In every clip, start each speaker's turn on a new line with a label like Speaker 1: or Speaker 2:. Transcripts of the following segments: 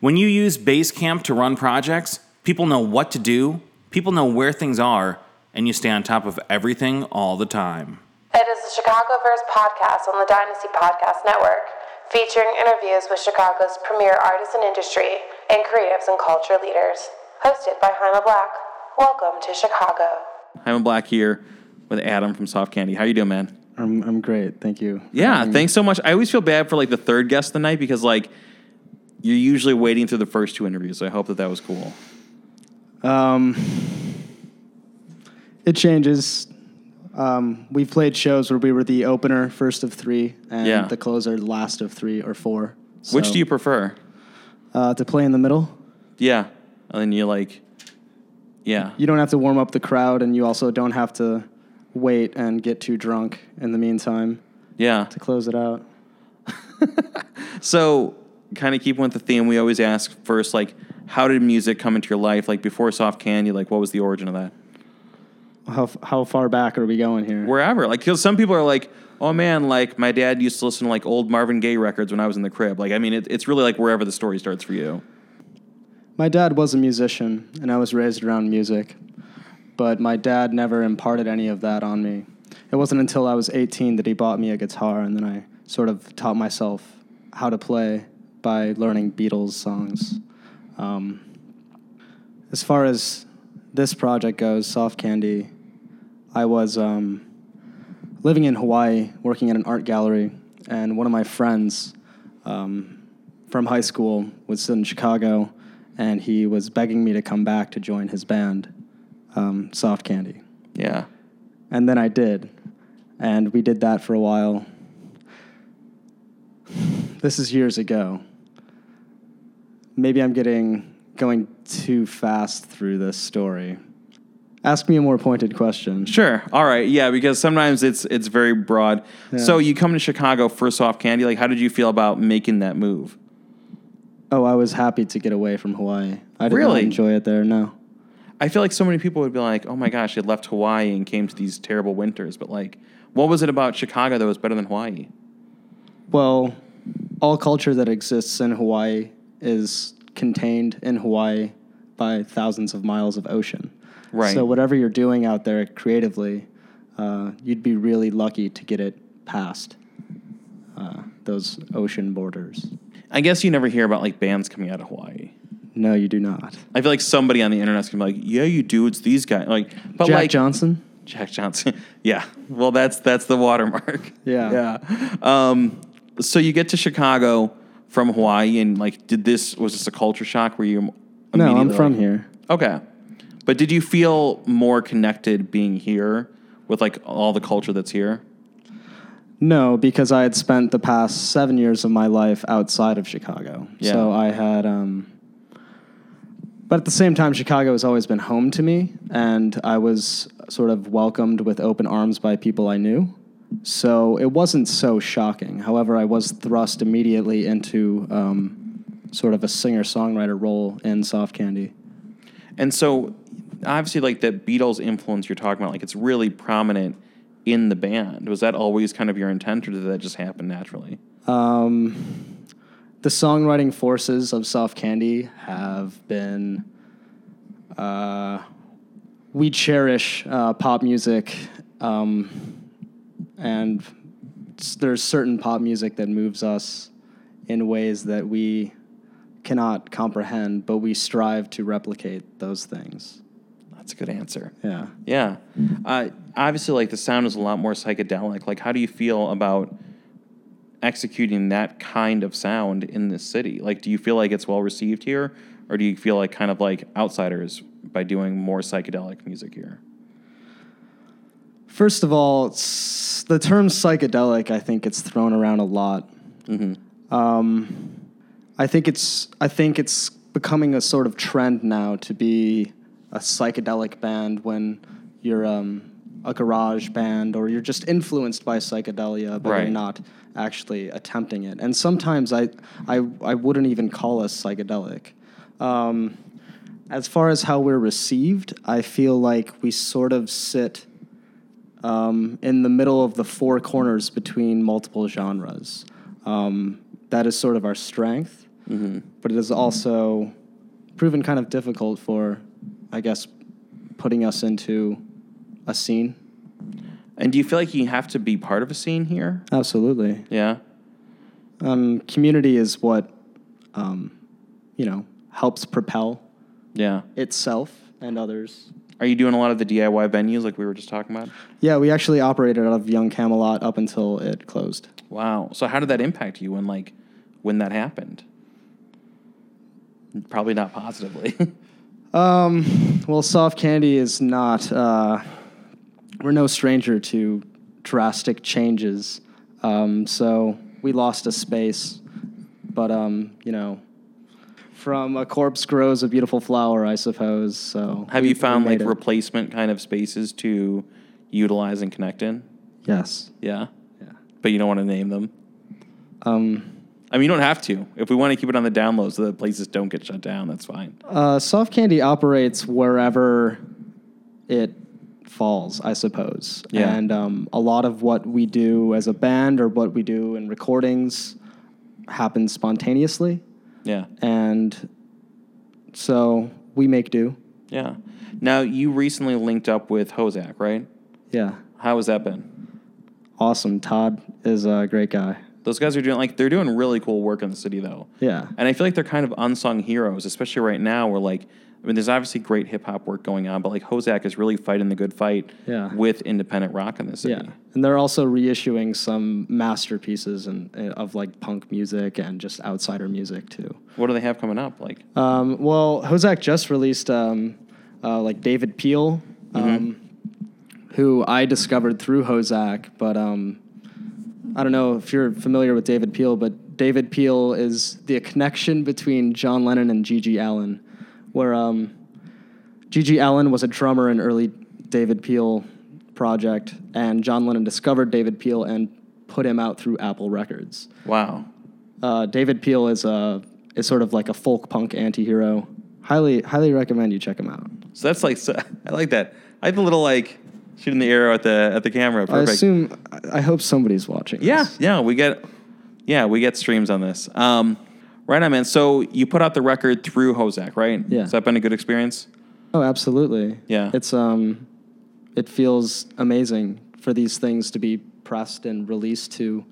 Speaker 1: When you use Basecamp to run projects, people know what to do, people know where things are, and you stay on top of everything all the time.
Speaker 2: It is the Chicago Verse podcast on the Dynasty Podcast Network, featuring interviews with Chicago's premier artists and industry and creatives and culture leaders. Hosted by Jaima Black. Welcome to Chicago.
Speaker 3: Hyman Black here with Adam from Soft Candy. How you doing, man?
Speaker 4: I'm, I'm great. Thank you.
Speaker 3: Yeah, thanks so much. I always feel bad for like the third guest of the night because like you're usually waiting through the first two interviews. So I hope that that was cool.
Speaker 4: Um, it changes. Um, we've played shows where we were the opener, first of three, and
Speaker 3: Yeah.
Speaker 4: the closer, last of three or four.
Speaker 3: Which
Speaker 4: So,
Speaker 3: do you prefer?
Speaker 4: uh, to play in the middle?
Speaker 3: Yeah, and then you like, yeah,
Speaker 4: You don't have to warm up the crowd, and you also don't have to wait and get too drunk in the meantime
Speaker 3: yeah.
Speaker 4: to close it out.
Speaker 3: So kind of keeping with the theme, we always ask first like, how did music come into your life? Like before Soft Candy, like what was the origin of that?
Speaker 4: How f- how far back are we going here?
Speaker 3: wherever. Like, 'cause some people are like, oh man, like my dad used to listen to like old Marvin Gaye records when I was in the crib. Like, I mean, it, it's really like wherever the story starts for you.
Speaker 4: My dad was a musician, and I was raised around music, but my dad never imparted any of that on me. It wasn't until I was 18 that he bought me a guitar, and then I sort of taught myself how to play by learning Beatles songs. Um, as far as this project goes, Soft Candy, I was um, living in Hawaii, working at an art gallery, and one of my friends um, from high school was still in Chicago, and he was begging me to come back to join his band, um, Soft Candy.
Speaker 3: Yeah.
Speaker 4: And then I did, and we did that for a while. This is years ago. Maybe I'm getting going too fast through this story. Ask me a more pointed question.
Speaker 3: Sure. All right. Yeah, because sometimes it's it's very broad. So you come to Chicago for Soft Candy. Like, how did you feel about making that move?
Speaker 4: Oh, I was happy to get away from Hawaii. I did
Speaker 3: Really?
Speaker 4: not enjoy it there. No,
Speaker 3: I feel like so many people would be like, oh my gosh, I left Hawaii and came to these terrible winters. But like, what was it about Chicago that was better than Hawaii?
Speaker 4: Well, all culture that exists in Hawaii is contained in Hawaii by thousands of miles of ocean.
Speaker 3: Right.
Speaker 4: So whatever you're doing out there creatively, uh, you'd be really lucky to get it past uh, those ocean borders.
Speaker 3: I guess you never hear about like bands coming out of Hawaii.
Speaker 4: No, you do not.
Speaker 3: I feel like somebody on the internet's gonna be like, yeah, you do. It's these guys. Like, but
Speaker 4: Jack
Speaker 3: like,
Speaker 4: Johnson.
Speaker 3: Jack Johnson. yeah. Well, that's that's the watermark.
Speaker 4: Yeah.
Speaker 3: Yeah. Um, so you get to Chicago from Hawaii, and like, did this was this a culture shock? Were you?
Speaker 4: No, I'm
Speaker 3: immediately
Speaker 4: from
Speaker 3: like-
Speaker 4: here.
Speaker 3: Okay, but did you feel more connected being here with like all the culture that's here?
Speaker 4: No, because I had spent the past seven years of my life outside of Chicago.
Speaker 3: Yeah.
Speaker 4: So I had, um, but at the same time, Chicago has always been home to me, and I was sort of welcomed with open arms by people I knew. So it wasn't so shocking. However, I was thrust immediately into um, sort of a singer songwriter role in Soft Candy.
Speaker 3: And so, obviously, like the Beatles influence you're talking about, like it's really prominent in the band. Was that always kind of your intent, or did that just happen naturally?
Speaker 4: Um, the songwriting forces of Soft Candy have been. Uh, we cherish uh, pop music, um, and s- there's certain pop music that moves us in ways that we cannot comprehend, but we strive to replicate those things.
Speaker 3: That's a good answer.
Speaker 4: Yeah.
Speaker 3: Yeah. Uh, obviously, like the sound is a lot more psychedelic. Like, how do you feel about executing that kind of sound in this city? Like, do you feel like it's well received here, or do you feel like kind of like outsiders by doing more psychedelic music here?
Speaker 4: First of all, s- the term psychedelic, I think, it's thrown around a lot. Um, I think it's I think it's becoming a sort of trend now to be a psychedelic band when you're um, a garage band or you're just influenced by psychedelia, but
Speaker 3: Right.
Speaker 4: you're not actually attempting it. And sometimes I I I wouldn't even call us psychedelic. Um, as far as how we're received, I feel like we sort of sit um, in the middle of the four corners between multiple genres. Um, that is sort of our strength. But it is also proven kind of difficult for, I guess, putting us into a scene.
Speaker 3: And do you feel like you have to be part of a scene here?
Speaker 4: Absolutely.
Speaker 3: Yeah.
Speaker 4: Um, community is what, um, you know, helps propel
Speaker 3: Yeah.
Speaker 4: itself and others.
Speaker 3: Are you doing a lot of the DIY venues like we were just talking about?
Speaker 4: Yeah, we actually operated out of Young Camelot up until it closed.
Speaker 3: Wow. So how did that impact you when like when that happened? Probably not positively.
Speaker 4: Um, well, soft candy is not. Uh, we're no stranger to drastic changes, um, so we lost a space. But um, you know, from a corpse grows a beautiful flower, I suppose. So
Speaker 3: Have
Speaker 4: we-
Speaker 3: you found
Speaker 4: we made
Speaker 3: like
Speaker 4: it.
Speaker 3: replacement kind of spaces to utilize and connect in?
Speaker 4: yes,
Speaker 3: Yeah.
Speaker 4: yeah.
Speaker 3: But you don't want to name them.
Speaker 4: Um,
Speaker 3: I mean, you don't have to. If we want to keep it on the down low so that places don't get shut down, that's fine.
Speaker 4: uh, soft candy operates wherever it falls, I suppose.
Speaker 3: Yeah.
Speaker 4: And um, a lot of what we do as a band or what we do in recordings happens spontaneously.
Speaker 3: Yeah.
Speaker 4: and so we make do.
Speaker 3: Yeah. Now, you recently linked up with Hozak, right?
Speaker 4: Yeah,
Speaker 3: How has that been?
Speaker 4: awesome. Todd is a great guy.
Speaker 3: Those guys are doing like they're doing really cool work in the city though.
Speaker 4: Yeah,
Speaker 3: And I feel like they're kind of unsung heroes, especially right now where like I mean there's obviously great hip hop work going on, but like Hozak is really fighting the good fight
Speaker 4: Yeah.
Speaker 3: with independent rock in the city.
Speaker 4: yeah. And they're also reissuing some masterpieces and uh, of like punk music and just outsider music too.
Speaker 3: What do they have coming up? Like
Speaker 4: Um, well, Hozak just released um, uh, like David Peel, um, who I discovered through Hozak. But um, I don't know if you're familiar with David Peel, but David Peel is the connection between John Lennon and Gigi Allen, where um, Gigi Allen was a drummer in early David Peel project, and John Lennon discovered David Peel and put him out through Apple Records
Speaker 3: wow.
Speaker 4: uh, David Peel is a is sort of like a folk punk antihero. Highly highly recommend you check him out.
Speaker 3: So that's like so, I like that. I have a little like shooting the arrow at the at the camera. Perfect.
Speaker 4: I assume I- I hope somebody's watching.
Speaker 3: Yeah,
Speaker 4: this.
Speaker 3: yeah, we get yeah, we get streams on this. Um, right on, man. So you put out the record through Hozak, right?
Speaker 4: Yeah.
Speaker 3: Has that been a good experience?
Speaker 4: Oh, absolutely.
Speaker 3: Yeah.
Speaker 4: It's um, it feels amazing for these things to be pressed and released to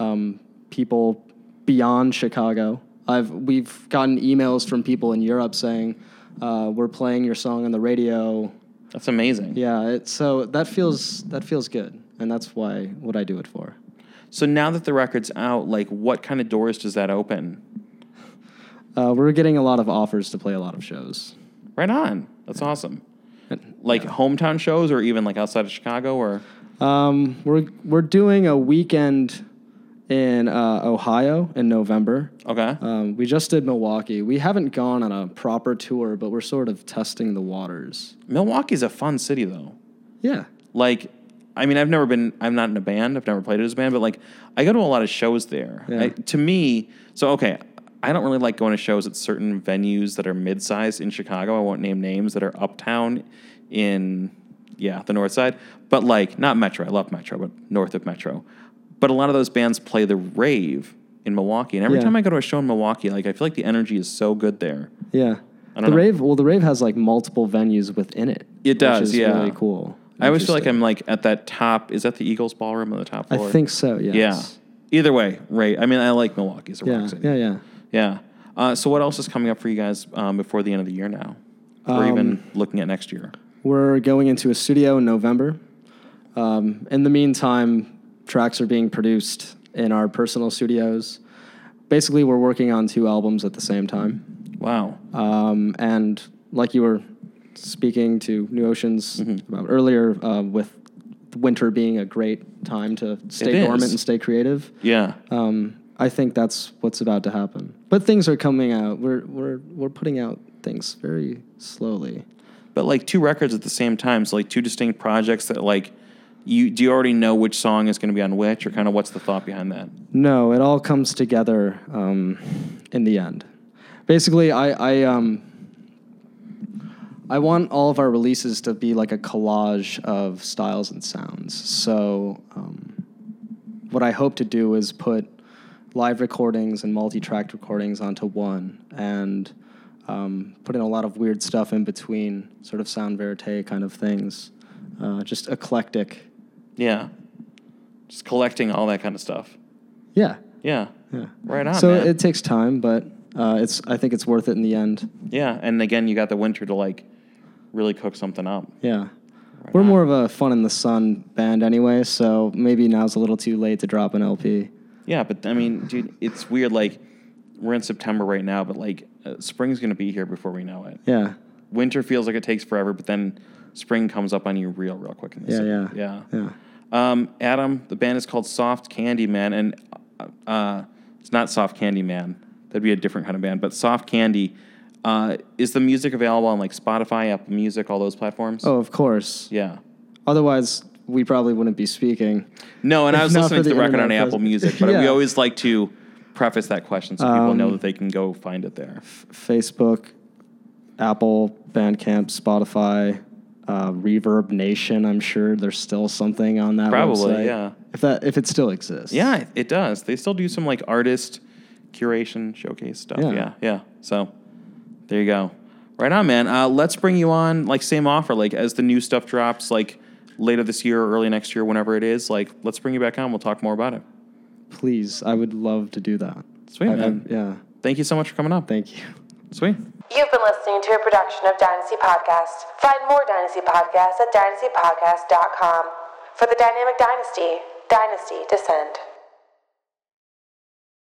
Speaker 4: um, people beyond Chicago. I've we've gotten emails from people in Europe saying uh, we're playing your song on the radio.
Speaker 3: That's amazing.
Speaker 4: Yeah. It, so that feels that feels good, and that's why what I do it for.
Speaker 3: So now that the record's out, like what kind of doors does that open?
Speaker 4: Uh, we're getting a lot of offers to play a lot of shows.
Speaker 3: Right on. That's awesome.
Speaker 4: And-
Speaker 3: Like hometown shows or even like outside of Chicago or
Speaker 4: Um, we're we're doing a weekend in uh, Ohio in November.
Speaker 3: Okay.
Speaker 4: Um, we just did Milwaukee. We haven't gone on a proper tour, but we're sort of testing the waters.
Speaker 3: Milwaukee's a fun city though.
Speaker 4: Yeah,
Speaker 3: like I mean, I've never been. I'm not in a band. I've never played as a band, but like, I go to a lot of shows there.
Speaker 4: Yeah.
Speaker 3: I- to me, so okay, I don't really like going to shows at certain venues that are mid-sized in Chicago. I won't name names that are uptown in, yeah, the North Side. But like, not Metro. I love Metro, but north of Metro. But a lot of those bands play the rave in Milwaukee, and every
Speaker 4: Yeah.
Speaker 3: time I go to a show in Milwaukee, like I feel like the energy is so good there.
Speaker 4: yeah.
Speaker 3: I don't
Speaker 4: The
Speaker 3: know.
Speaker 4: rave. Well, the rave has like multiple venues within it.
Speaker 3: It does,
Speaker 4: Which is
Speaker 3: yeah.
Speaker 4: Really cool.
Speaker 3: I always feel like
Speaker 4: Interesting.
Speaker 3: I'm like at that top. Is that the Eagles ballroom on the top floor?
Speaker 4: I think so. Yes.
Speaker 3: Yeah. Either way, right? I mean, I like Milwaukee. It's a
Speaker 4: Yeah.
Speaker 3: rock city.
Speaker 4: Yeah. Yeah.
Speaker 3: Yeah. Uh, so, what else is coming up for you guys um, before the end of the year now, or
Speaker 4: Um,
Speaker 3: even looking at next year?
Speaker 4: We're going into a studio in November. Um, in the meantime, tracks are being produced in our personal studios. Basically, we're working on two albums at the same time.
Speaker 3: Wow.
Speaker 4: Um, and like you were speaking to New Oceans
Speaker 3: Mm-hmm.
Speaker 4: about earlier, uh, with winter being a great time to stay
Speaker 3: It
Speaker 4: dormant
Speaker 3: is.
Speaker 4: and stay creative,
Speaker 3: yeah.
Speaker 4: um, I think that's what's about to happen. But things are coming out. We're, we're, we're putting out things very slowly.
Speaker 3: but like two records at the same time, so like two distinct projects that like you do you already know which song is going to be on which, or kind of what's the thought behind that?
Speaker 4: No, it all comes together um, in the end. Basically, I I um I want all of our releases to be like a collage of styles and sounds. So um, what I hope to do is put live recordings and multi-tracked recordings onto one, and um, put in a lot of weird stuff in between, sort of sound verite kind of things, uh, just eclectic.
Speaker 3: Yeah. Just collecting all that kind of stuff.
Speaker 4: Yeah,
Speaker 3: Yeah.
Speaker 4: yeah.
Speaker 3: Right on.
Speaker 4: so
Speaker 3: man.
Speaker 4: it takes time, but uh, it's I think it's worth it in the end.
Speaker 3: yeah, and again, you got the winter to like really cook something up.
Speaker 4: Yeah. We're more of a fun in the sun band anyway, so maybe now's a little too late to drop an LP.
Speaker 3: Yeah, but I mean, dude, it's weird. Like we're in September right now, but like uh, spring's gonna be here before we know it.
Speaker 4: Yeah.
Speaker 3: Winter feels like it takes forever, but then spring comes up on you real, real quick. In the
Speaker 4: Yeah,
Speaker 3: city.
Speaker 4: yeah.
Speaker 3: yeah,
Speaker 4: Yeah.
Speaker 3: Um, Adam, the band is called Soft Candy Man, and uh, it's not Soft Candy Man. That'd be a different kind of band, but Soft Candy. Uh, is the music available on like Spotify, Apple Music, all those platforms?
Speaker 4: Oh, of course.
Speaker 3: yeah.
Speaker 4: Otherwise, we probably wouldn't be speaking.
Speaker 3: No, and I was
Speaker 4: Not
Speaker 3: listening
Speaker 4: for
Speaker 3: to the,
Speaker 4: the
Speaker 3: record on
Speaker 4: internet
Speaker 3: Apple
Speaker 4: present.
Speaker 3: Music, but we
Speaker 4: Yeah. Um,
Speaker 3: always like to preface that question so people know that they can go find it there.
Speaker 4: Facebook, Apple, Bandcamp, Spotify, uh, Reverb Nation. I'm sure there's still something on that.
Speaker 3: Probably,
Speaker 4: website.
Speaker 3: yeah.
Speaker 4: If that if it still exists.
Speaker 3: Yeah, it does. They still do some like artist curation showcase stuff. Yeah,
Speaker 4: Yeah.
Speaker 3: yeah. So there you go. Right on, man. Uh, let's bring you on like same offer, like as the new stuff drops, like later this year or early next year, whenever it is. Like, let's bring you back on. We'll talk more about it.
Speaker 4: Please, I would love to do that.
Speaker 3: Sweet,
Speaker 4: I- I-
Speaker 3: man.
Speaker 4: yeah.
Speaker 3: Thank you so much for coming up.
Speaker 4: Thank you.
Speaker 3: Sweet.
Speaker 2: You've been listening to a production of Dynasty Podcast. Find more Dynasty Podcasts at dynastypodcast.com. For the Dynamic Dynasty, Dynasty Descend.